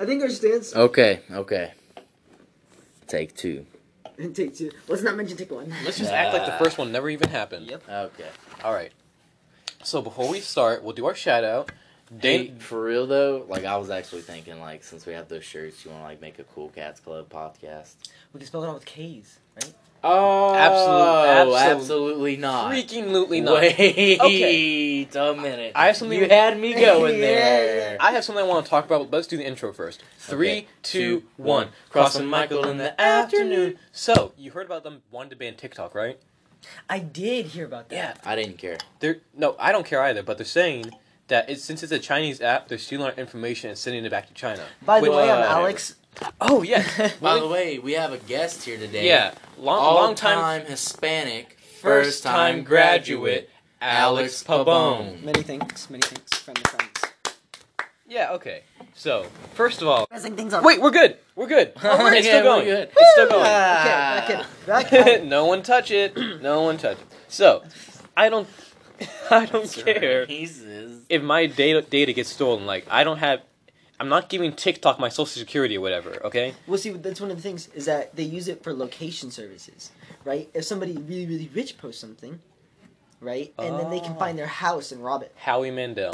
I think our stance Okay, okay. Take two. and take two. Let's not mention take one. Let's just act like the first one never even happened. Yep. Okay. All right. So before we start, we'll do our shout out. Hey, Date. for real though, like I was actually thinking, like since we have those shirts, you want to like make a cool Cats Club podcast? We can spell it out with K's, right? Oh, absolute- absolutely not. Freaking lutely not. Wait Okay. a minute. I have something- You had me going there. I have something I want to talk about, but let's do the intro first. Three, Okay. two, one. Two, one. Crossing Michael in the afternoon. So, you heard about them wanting to ban TikTok, right? I did hear about that. Yeah. I didn't care. They're no, I don't care either, but they're saying that it's, since it's a Chinese app, they're stealing our information and sending it back to China. By the Which- way, I'm Whoa. Alex. Oh, yeah. By the way, we have a guest here today. yeah. Long, All long time, time Hispanic, first time graduate, Alex Pabon. Many thanks, many thanks from the friends. Yeah, okay. So, first of all, Messing things up. wait, we're good. We're good. Oh, it's yeah, still going. we're good. Ah. It's still going. Okay, back uh, in. Back in. no one touch it. No one touch it. So, I don't, I don't care Jesus. if my data data gets stolen. Like, I don't have, I'm not giving TikTok my social security or whatever. Okay. Well, see, that's one of the things is that they use it for location services, right? If somebody really, really rich posts something, right, and then they can Oh. find their house and rob it. Howie Mandel.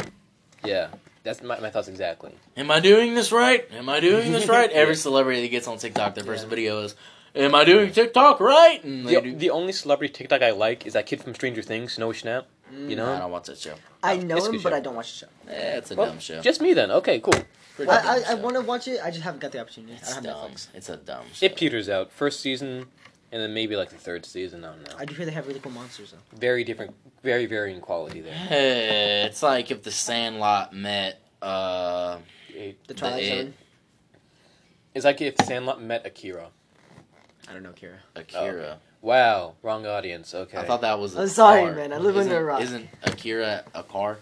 Yeah, that's my, my thoughts exactly. Am I doing this right? Am I doing this right? Every celebrity that gets on TikTok, their first video is, "Am I doing TikTok right?" And they The, do. the only celebrity TikTok I like is that kid from Stranger Things, Snowy Schnapp. You know, I don't watch that show. I know it's a him, good but show. I don't watch the show. Eh, it's a Well, dumb show. just me then. Okay, cool. Pretty dumb I, I, I show. want to watch it. I just haven't got the opportunity. I It's don't have dumb. Netflix. It's a dumb show. It peters out. First season, and then maybe like the third season. I don't know. I do hear they have really cool monsters though. Very different, very varying quality there. Eh, it's like if the Sandlot met. Uh, It- The The Twilight It. Zone. It's like if Sandlot met Akira. I don't know, Kira. Akira. Wow, wrong audience. Okay. I thought that was. a Oh, I'm sorry, car. man. I live isn't, under a rock. Isn't Akira a car?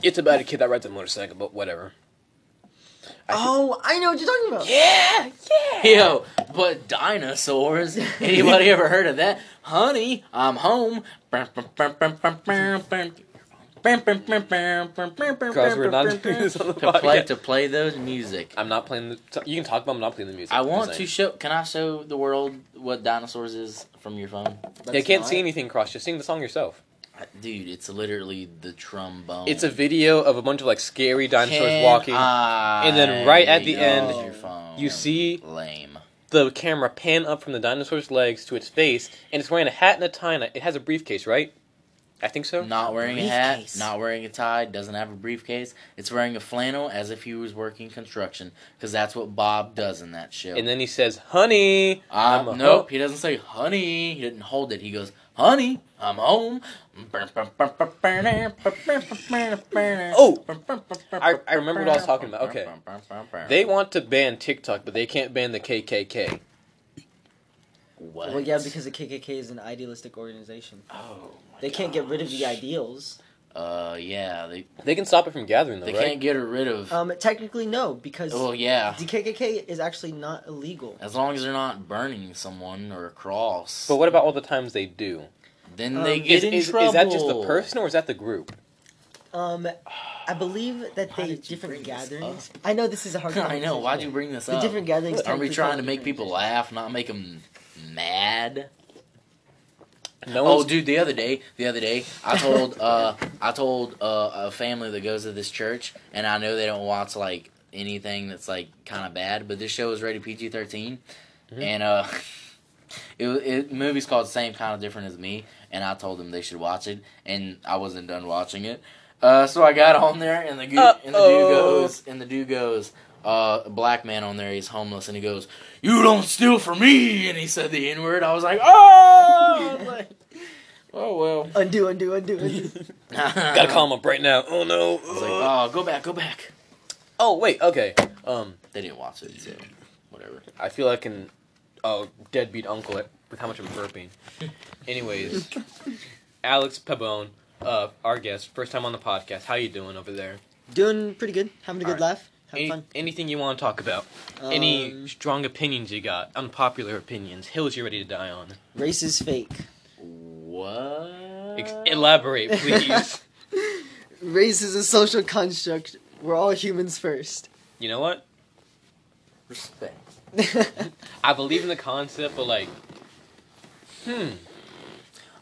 it's about a kid that rides a motorcycle, but whatever. I should- Oh, I know what you're talking about. Yeah, yeah. Yo, but dinosaurs. Anybody ever heard of that? Honey, I'm home. Because Guys, we're not doing this on the to play podcast. to play those music. I'm not playing the. t- You can talk about. I'm not playing the music. I I'm just want to saying. show. Can I show the world what dinosaurs is from your phone? They That's can't not- see anything, Cross. Just sing the song yourself. Uh, Dude, it's literally the trombone. It's a video of a bunch of like scary dinosaurs Can walking. Oh. I and then right at the use end, your phone? you see lame. the camera pan up from the dinosaur's legs to its face, and it's wearing a hat and a tie. And a- it has a briefcase, right? I think so. Not wearing a hat, briefcase. not wearing a tie, doesn't have a briefcase. It's wearing a flannel as if he was working construction, because that's what Bob does in that show. And then he says, "Honey, uh, I'm a nope, ho- he doesn't say honey. He didn't hold it. He goes, "Honey, I'm home." Oh, I- I remember what I was talking about. Okay. They want to ban TikTok, but they can't ban the KKK. what? Well, yeah, because the KKK is an idealistic organization. oh, my They can't get rid of the gosh. ideals. Uh, yeah, they They can stop it from gathering, though, they right? can't get rid of. Um, technically, no, because oh yeah, the KKK is actually not illegal. as long as they're not burning someone or a cross. But what about all the times they do? Then Um, they Is- get Is, in is, trouble. is that just the person or is that the group? Um, I believe that Why they did you different bring this gatherings. I know this is a hard. I know. conversation. Why'd you bring this The up? different gatherings. Are we technically trying fall to make different people organizations. laugh, not make them mad? No Oh, one's dude, the other day, the other day, I told, uh, I told uh, a family that goes to this church, and I know they don't watch like anything that's like kind of bad, but this show is rated PG 13 Mhm. and uh, it, it the movie's called Same Kind of Different as Me, and I told them they should watch it, and I wasn't done watching it, uh, so I got on there, and the gu- and the dude Uh-oh. goes, and the dude goes. Uh, a black man on there, he's homeless, and he goes, "You don't steal from me," and he said the N word. I was like, "Oh!" I was like, Oh well. Undo, undo, undo. undo. gotta call him up right now. Oh no. I was like, oh, go back, go back. oh wait, okay. Um, They didn't watch it, so whatever. I feel like an oh deadbeat uncle at- with how much I'm burping. Anyways, Alex Pabone, uh, our guest, first time on the podcast. How you doing over there? Doing pretty good. Having a good Alright. laugh. Having Any, fun. anything you want to talk about? Um, Any strong opinions you got? Unpopular opinions? Hills you're ready to die on? race is fake. What? Ex- elaborate, please. Race is a social construct. We're all humans first. you know what? Respect. I believe in the concept, but like, hmm.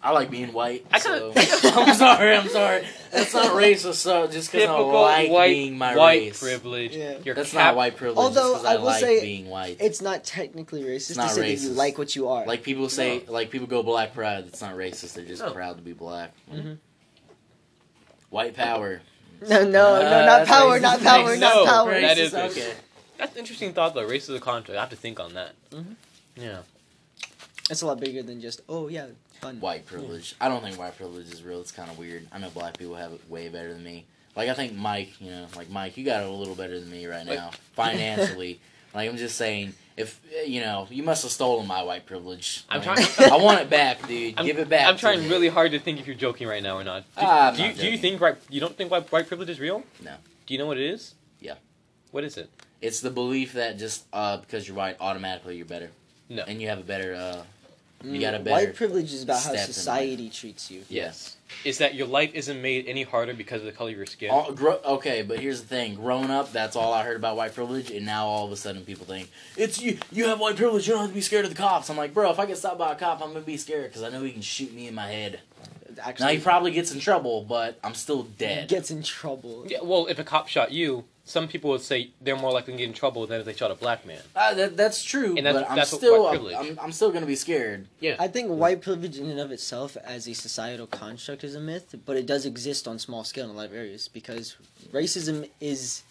I like being white. I so. kinda- I'm sorry. I'm sorry. That's not racist. So just because I like being my white race. privilege. Yeah. Your That's cap- not white privilege. Although, Although I, I will like say- being white. It's not technically racist not to say that you racist. like what you are. Like people say, like people go black pride. It's not racist. They're just No. Mm-hmm. proud to be black. Mhm. White power. no, no, Uh, no, not that's power, racist. not power, No, not power. that is Racist, racist. That's an interesting thought though. Race is a contract. I have to think on that. Mm-hmm. Mhm. Yeah. It's a lot bigger than just oh yeah, fun. White privilege. I don't think white privilege is real. It's kind of weird. I know black people have it way better than me. Like I think Mike, you know, like Mike, you got it a little better than me right Like- now financially. like I'm just saying, if eh, you know, you must have stolen my white privilge. I'm Like, trying- I want it back, dude. I'm- Give it back. I'm to trying me. really hard to think if you're joking right now or not. Do, Ah, I'm do not you, do you joking. think right? You don't think white, white privilege is real? No. Do you know what it is? Yeah. What is it? It's the belief that just uh, because you're white, automatically you're better. No. And you have a better. Uh, you Mm, got a better White privilege is about how step in life. society treats you. yes. Is that your life isn't made any harder because of the color of your skin? All, gro- okay, but here's the thing. Growing up, that's all I heard about white privilege, and now all of a sudden people think it's you. You have white privilege. You don't have to be scared of the cops. I'm like, bro, if I get stopped by a cop, I'm gonna be scared because I know he can shoot me in my head. Actually, Now he probably gets in trouble, but I'm still dead. gets in trouble. Yeah, well, if a cop shot you, some people would say they're more likely to get in trouble than if they shot a black man. Uh, that, that's true, And that's- but I'm that's what still white I'm, privilege- I'm, I'm still gonna be scared. I think white privilege in and of itself as a societal construct is a myth, but it does exist on small scale in a lot of areas because racism is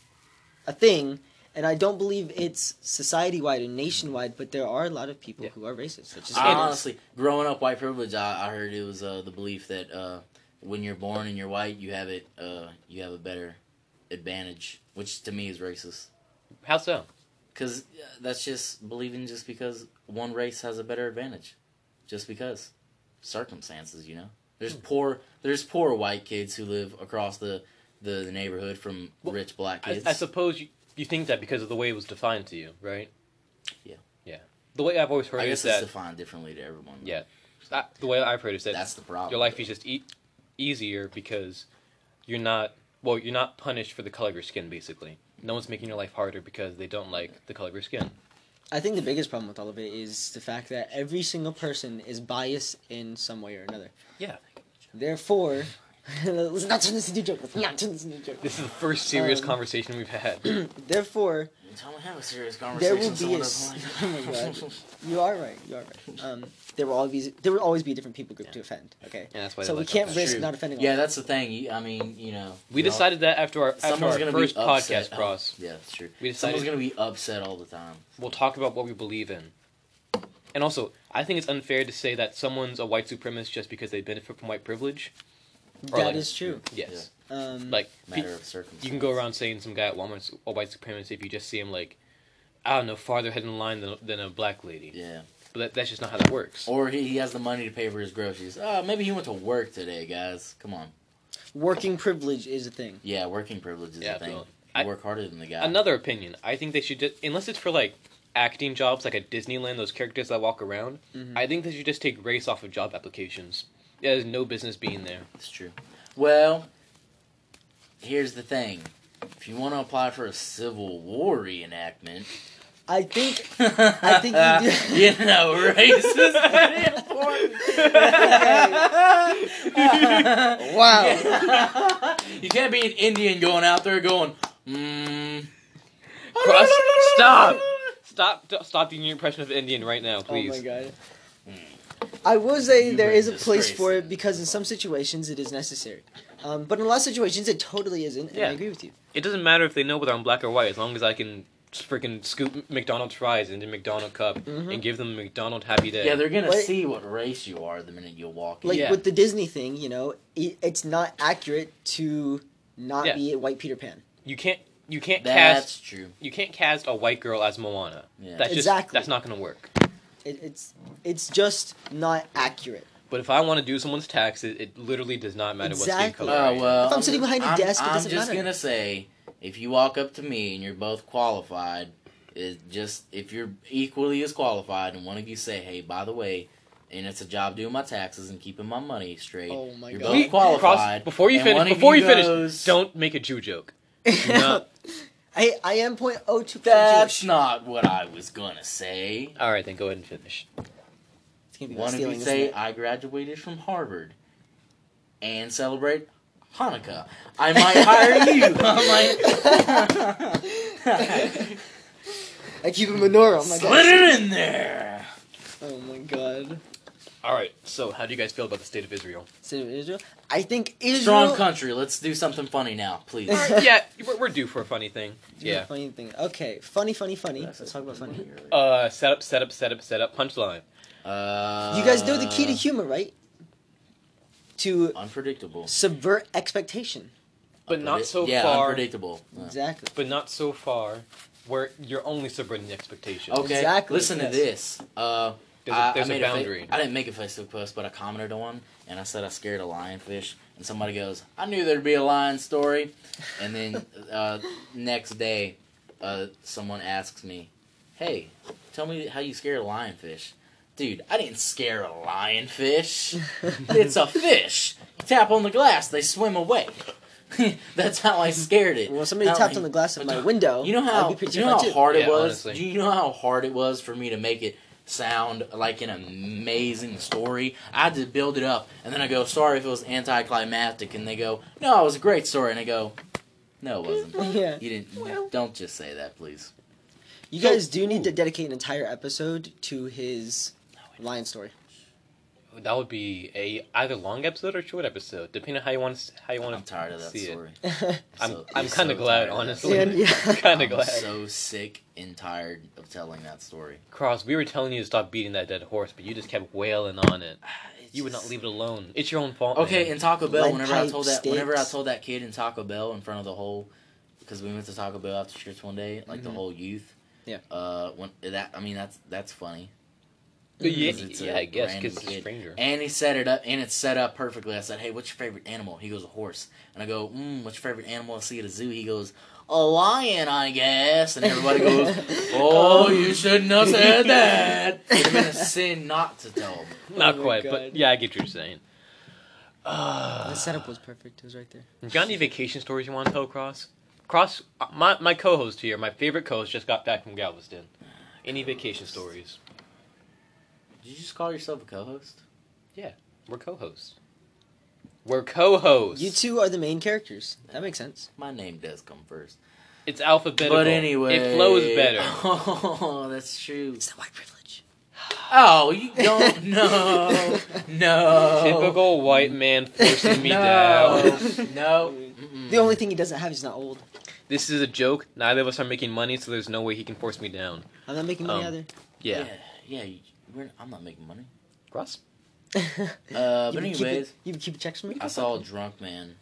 a thing, and I don't believe it's society wide and nationwide, but there are a lot of people Yeah. who are racist. It's just I it is. honestly, growing up white privilege, I, I heard it was uh, the belief that uh, when you're born and you're white, you have it, uh, you have a better advantage, which to me is racist. How so? Because uh, that's just believing just because one race has a better advantage, just because circumstances, you know. There's Hmm. poor, there's poor white kids who live across the the, the neighborhood from Well, rich black I, kids. I suppose you, you think that because of the way it was defined to you, right? Yeah. Yeah. The way I've always heard I is guess it's that defined differently to everyone. though. Yeah. I- the way I've heard is that that's the problem. your life is just e- easier because you're not well you're not punished for the color of your skin basically no one's making your life harder because they don't like the color of your skin I think the biggest problem with all of it is the fact that every single person is biased in some way or another. Yeah. Therefore, let's not turn this into a joke. Let's not turn this into a joke. this is the first serious Um, conversation we've had Therefore, Tell me have a serious there conversation. will be a. someone s- Oh my doesn't like. god. You are right. You are right. Um, there will always be, there will always be a different people group to offend. Okay. and that's why so they we like can't us. that. risk True. not offending. Yeah, all. that's the thing. You- I mean, you know, we you know, decided that after our after someone's our gonna first be upset. podcast bros Yeah, that's true. We someone's decided- gonna be upset all the time. we'll talk about what we believe in and also i think it's unfair to say that someone's a white supremacist just because they benefit from white privilege That or like- is true. yes Um, like pe- Mm. Matter of circumstance. You can go around saying some guy at Walmart's a white supremacist if you just see him like, I don't know, farther ahead in line than, than a black lady. Yeah. But that, that's just not how that works. Or he, he has the money to pay for his groceries. Uh, maybe he went to work today, guys. Come on. working privilege is a thing. Yeah, working privilege is Yeah, a thing. absolutely. You I- work harder than the guy. Another opinion. I think they should just unless it's for like acting jobs like at Disneyland, those characters that walk around. Mhm. Mm. I think they should just take race off of job applications. It has no business being there. It's true. Well, here's the thing. If you want to apply for a Civil War reenactment, I think I think you do- you know, race is pretty important. Wow. you can't be an Indian going out there going, mm, Cross- stop! Stop! Stop doing your impression of Indian right now, please. Oh my god. I will say You there bring is a place disgrace for it in. because in some situations it is necessary, um, but in a lot of situations it totally isn't. And Yeah. I agree with you. It doesn't matter if they know whether I'm black or white, as long as I can freaking scoop McDonald's fries into McDonald cup Mhm. and give them a McDonald Happy Day. Mm-hmm. Yeah, they're gonna Wait. see what race you are the minute you walk in. Like Yeah. with the Disney thing, you know, it, it's not accurate to not Yeah. be a white Peter Pan. you can't you can't That's cast true. you can't cast a white girl as Moana. Yeah. That's just Exactly. that's not gonna work. It, it's it's just not accurate. But if I want to do someone's taxes, it literally does not matter what skin Exactly. Oh color. I am. well. If I'm sitting behind a I'm- desk, it I'm doesn't just matter. gonna say, if you walk up to me and you're both qualified, is just if you're equally as qualified, and one of you say, "Hey, by the way," and it's a job doing my taxes and keeping my money straight. Oh my You're God. both We- qualified. Cross- before you and one finish, of before you, finish, goes- don't make a Jew joke. Do not- I I am point oh two. That's not what I was gonna say. All right, then go ahead and finish. It's gonna be about One of you stealing, say isn't it? I graduated from Harvard and celebrate Hanukkah. I might hire you. I might I keep a menorah. on Oh my slid god. it in there. Oh my god. All right. So, how do you guys feel about the state of Israel? State of Israel. I think Israel. Strong country. Let's do something funny now, please. Alright, yeah, we're, we're due for a funny thing. Yeah. Yeah. Funny thing. Okay. Funny, funny, funny. Let's talk about funny. Uh, setup, setup, setup, setup. Punchline. Uh, you guys know the key to humor, right? To unpredictable, subvert expectation. But not Unpredict- so yeah, far. Unpredictable. Yeah. Exactly. But not so far where you're only subverting expectations. Okay, Exactly, listen yes. to this. Uh, There's a, I- there's I a made boundary. A fa- I didn't make a Facebook post, but I commented on one, and I said I scared a lionfish, and somebody goes, "I knew there'd be a lion story," and then uh, next day, uh, someone asks me, "Hey, tell me how you scared a lionfish." Dude, I didn't scare a lionfish. It's a fish. You tap on the glass, they swim away. That's how I scared it. Well, somebody How tapped I- on the glass of but my no- window. you know how I'd be you know how too. hard it Yeah, was. honestly. Do you know how hard it was for me to make it sound like an amazing story? I had to build it up, and then I go, "Sorry if it was anticlimactic," and they go, "No, it was a great story," and I go, "No, it wasn't." Yeah. You didn't. Don't just say that, please. You So- guys do need to Ooh. dedicate an entire episode to his lion story. That would be a either long episode or short episode, depending on how you want to how you want I'm tired of that see story. I'm- So- I'm kinda glad, tired of that honestly. story. and it. yeah. Kind of I'm glad. so sick and tired of telling that story. Cross, we were telling you to stop beating that dead horse, but you just kept wailing on it. It's You would not just- leave it alone. It's your own fault. Okay, man. in Taco Bell, Lead whenever I pipe told that, whenever I sticks. told that kid in Taco Bell in front of the whole, because we went to Taco Bell after church one day, like the Mhm. whole youth. Yeah. Uh, when that I mean that's that's funny, yeah, because it's a yeah, I guess random because it's a kid. stranger. and he set it up, and it's set up perfectly. I said, "Hey, what's your favorite animal?" He goes, "A horse," and I go, mm, "What's your favorite animal I see at a zoo?" He goes, "A lion, I guess," and everybody goes, "Oh, you shouldn't have said that." It's been a sin not to tell. Him. Not Oh my quite, God. but yeah, I get what you're saying. The Uh, setup was perfect. It was right there. you got any vacation stories you want to tell, Cross? Cross, uh, my my co-host here, my favorite co-host, just got back from Galveston. Any vacation stories? Did you just call yourself a co-host? We're co-hosts. We're co-hosts. You two are the main characters. That makes sense. My name does come first. It's alphabetical. But anyway, it flows better. Oh, that's true. It's that white privilege. Oh, you don't know. no. Typical white man forcing me Oh. no. down. No. The only thing he doesn't have is not old. This is a joke. Neither of us are making money, so there's no way he can force me down. I'm not making money Um, either. Yeah. Yeah. you- we're, I'm not making money. Cross. Uh, you but been keeping- anyways, you been keeping checks from me. I saw a drunk man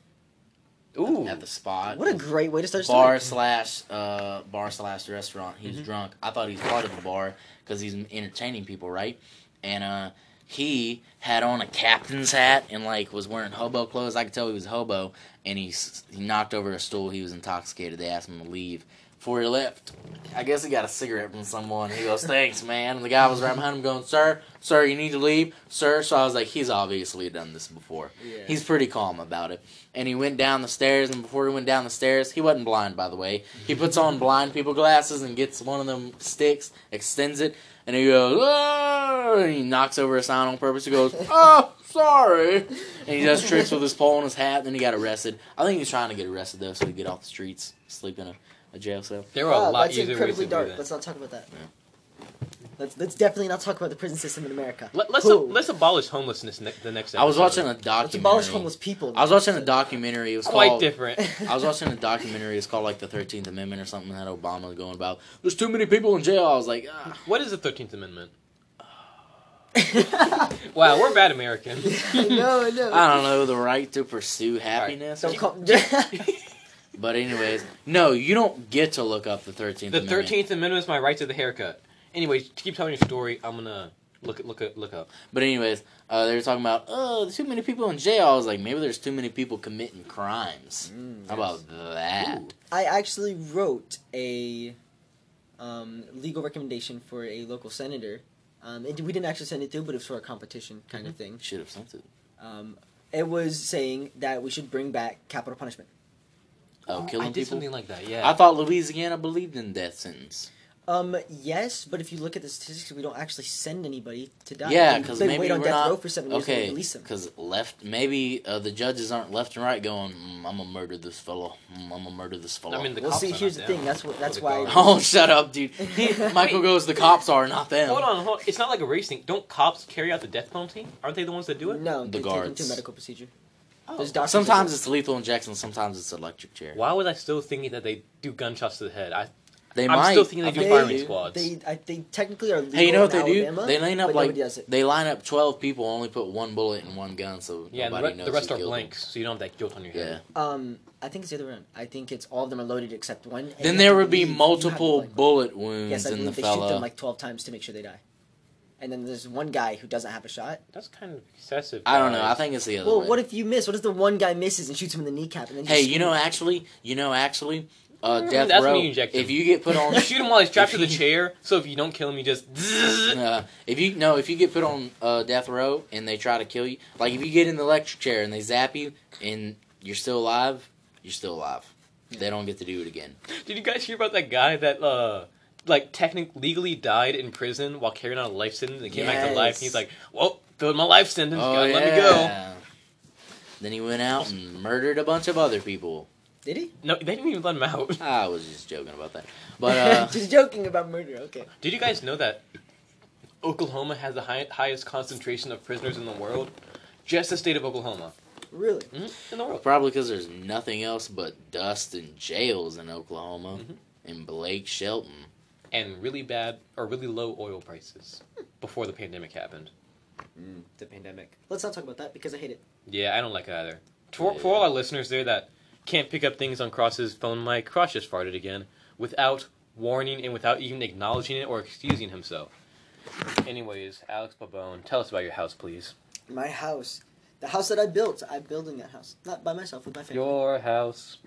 Ooh. at the spot. What a great way to start. a story. bar slash uh, bar slash restaurant. He was drunk. I thought he was part of the bar because he's entertaining people, right? And uh, he had on a captain's hat and like was wearing hobo clothes. I could tell he was a hobo. And he s- he knocked over a stool. He was intoxicated. They asked him to leave. Before he left, I guess he got a cigarette from someone. He goes, "Thanks, man." And the guy was right behind him, going, "Sir, sir, you need to leave, sir." So I was like, "He's obviously done this before." Yeah. He's pretty calm about it. And he went down the stairs, and before he went down the stairs, he wasn't blind, by the way. He puts on blind people glasses and gets one of them sticks, extends it, and he goes, oh, and he knocks over a sign on purpose. He goes, oh, sorry. And he does tricks with his pole and his hat, and then he got arrested. I think he was trying to get arrested, though, so he get off the streets, sleep in a, a jail cell. There are Wow, a lot that's easier ways to incredibly do dark. that. Let's not talk about that. Yeah. Let's, let's definitely not talk about the prison system in America. Let, let's Who? let's abolish homelessness ne- the next. Episode. I was watching a Let's abolish homeless documentary. people. I was watching a documentary. It was quite called different. I was watching a documentary. It's called like the Thirteenth Amendment or something that Obama was going about. There's too many people in jail. I was like, ah. What is the Thirteenth Amendment? I Wow, we're bad Americans. know, I know. I don't know, the right to pursue happiness. Don't call. But anyways, no, you don't get to look up the Thirteenth. the Thirteenth Amendment is my right to the haircut. Anyways, keep telling your story. I'm gonna look look look up. But anyways, uh, they were talking about oh, there's too many people in jail. I was like, maybe there's too many people committing crimes. How about that? Ooh. I actually wrote a um, legal recommendation for a local senator. Um, it, we didn't actually send it through, but it was for a competition kind of thing. Should have sent it. Um, it was saying that we should bring back capital punishment. Oh, killing I did people. something like that. Yeah. I thought Louisiana believed in death sentence. Um, yes, but if you look at the statistics, we don't actually send anybody to die. Yeah, They- because they maybe wait on we're death not row for seven years and they okay. release them. Because left, maybe uh, the judges aren't left and right going. Mm, I'm gonna murder this fellow. Mm, I'm gonna murder this fellow. I mean, the Well, cops see, are not here's the down. thing, that's what- Or that's the why- guards. oh, shut up, dude. He- Michael goes. The cops are not them. Hold on, hold on. It's not like a race thing. Don't cops carry out the death penalty? Aren't they the ones that do it? No, The they take them guards. to a medical procedure. Oh. There's doctors Sometimes that- it's lethal injection. Sometimes it's electric chair. Why was I still thinking that they do gunshots to the head? I They I'm might. still thinking they I do think firing do. squads. They, I, they technically are legal Hey, you know what in they do? Alabama, They line but up like nobody does it. they line up twelve people, only put one bullet in one gun, so yeah, and the, nobody re- knows the rest who are killed them. blanks, so you don't have that guilt on your Yeah. head. Um, I think it's the other way around. I think it's all of them are loaded except one. and you Then have there to would be believe- you have to multiple believe- bullet wounds Yes, I in the believe they fellow. shoot them like twelve times to make sure they die. And then there's one guy who doesn't have a shot. That's kind of excessive. I don't know. I guys. think it's the other Well, way. what if you miss? What if the one guy misses and shoots him in the kneecap? And then hey, just- you know actually, you know actually, uh, Mm, death that's when row. you inject if him. you get put on, You shoot him while he's strapped to If the he- chair, so if you don't kill him, you just. uh, if you no, if you get put on uh, death row and they try to kill you, like if you get in the electric chair and they zap you and you're still alive, you're still alive. They don't get to do it again. Did you guys hear about that guy that uh like technically legally died in prison while carrying out a life sentence and came back to life Yes. and he's like, Well, filled my life sentence, gotta let me go. Oh, Then he went out and murdered a bunch of other people. did he? No, they didn't even let him out. I was just joking about that, but uh, just joking about murder. Okay. Did you guys know that Oklahoma has the high- highest concentration of prisoners in the world? Just the state of Oklahoma. Really? Mhm, In the world. probably because there's nothing else but dust and jails in Oklahoma Mhm. and Blake Shelton. And really bad or really low oil prices before the pandemic happened. The pandemic. Let's not talk about that because I hate it. Yeah, I don't like it either. For, for all our listeners there that can't pick up things on Cross's phone mic, Cross just farted again without warning and without even acknowledging it or excusing himself. Anyways, Alex Babone, tell us about your house, please. My house, the house that I built, I'm building that house, not by myself, with my family. Your house.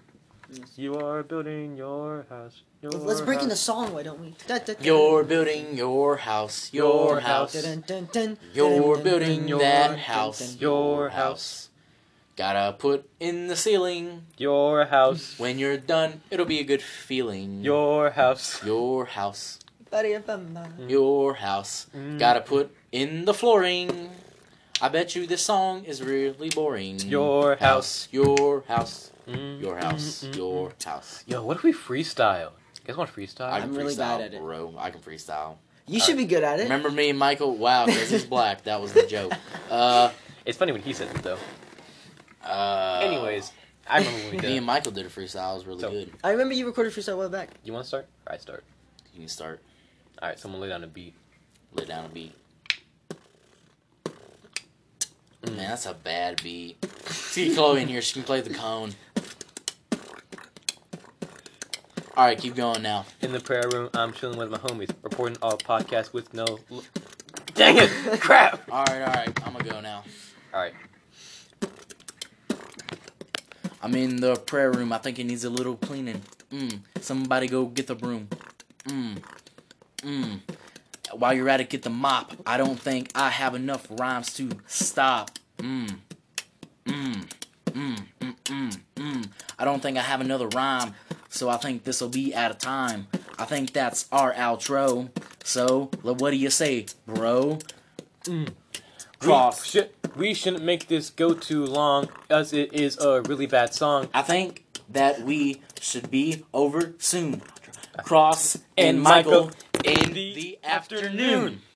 Yes. You are building your house. Your Let's break house. into song. Why don't we? Dun, dun, dun. You're building your house, your Your house. house. Dun, dun, dun, You're dun, building dun, your- that dun, house, dun, dun. your house. Gotta put in the ceiling. Your house. When you're done, it'll be a good feeling. Your house. your house, Buddy of mine. your house. Mm-hmm. Gotta put in the flooring. I bet you this song is really boring. Your house. your house, Mm, your mm, house, mm, your mm. house. Yo, what if we freestyle? You guys want to freestyle? I can I'm really freestyle, bad at it. bro. I can freestyle. You should be good at it. Remember me and Michael? Wow, because he's black. That was the joke. Uh, It's funny when he says it though. uh, Anyways, I remember when we Me did. and it. Michael did a freestyle. It was really So- good. I remember you recorded freestyle a while back. You want to start? Or I start. You can start. All right, someone lay down a beat. Lay down a beat. Man, Mm. that's a bad beat. Let's get Chloe in here. She can play the cone. All right, keep going now. In the prayer room, I'm chilling with my homies, reporting all podcasts with no. L- Dang it! Crap! All right, all right. I'm gonna go now. All right. I'm in the prayer room. I think it needs a little cleaning. Mm. Somebody go get the broom. Mm. Mm. While you're at it, get the mop. I don't think I have enough rhymes to stop. Mm. Mm. Mm. Mm. Mm. Mm. I don't think I have another rhyme, so I think this'll be out of time. I think that's our outro. So, l- what do you say, bro? Cross. We, should, we shouldn't make this go too long, as it is a really bad song. I think that we should be over soon. Cross and, And Michael, Michael in the afternoon.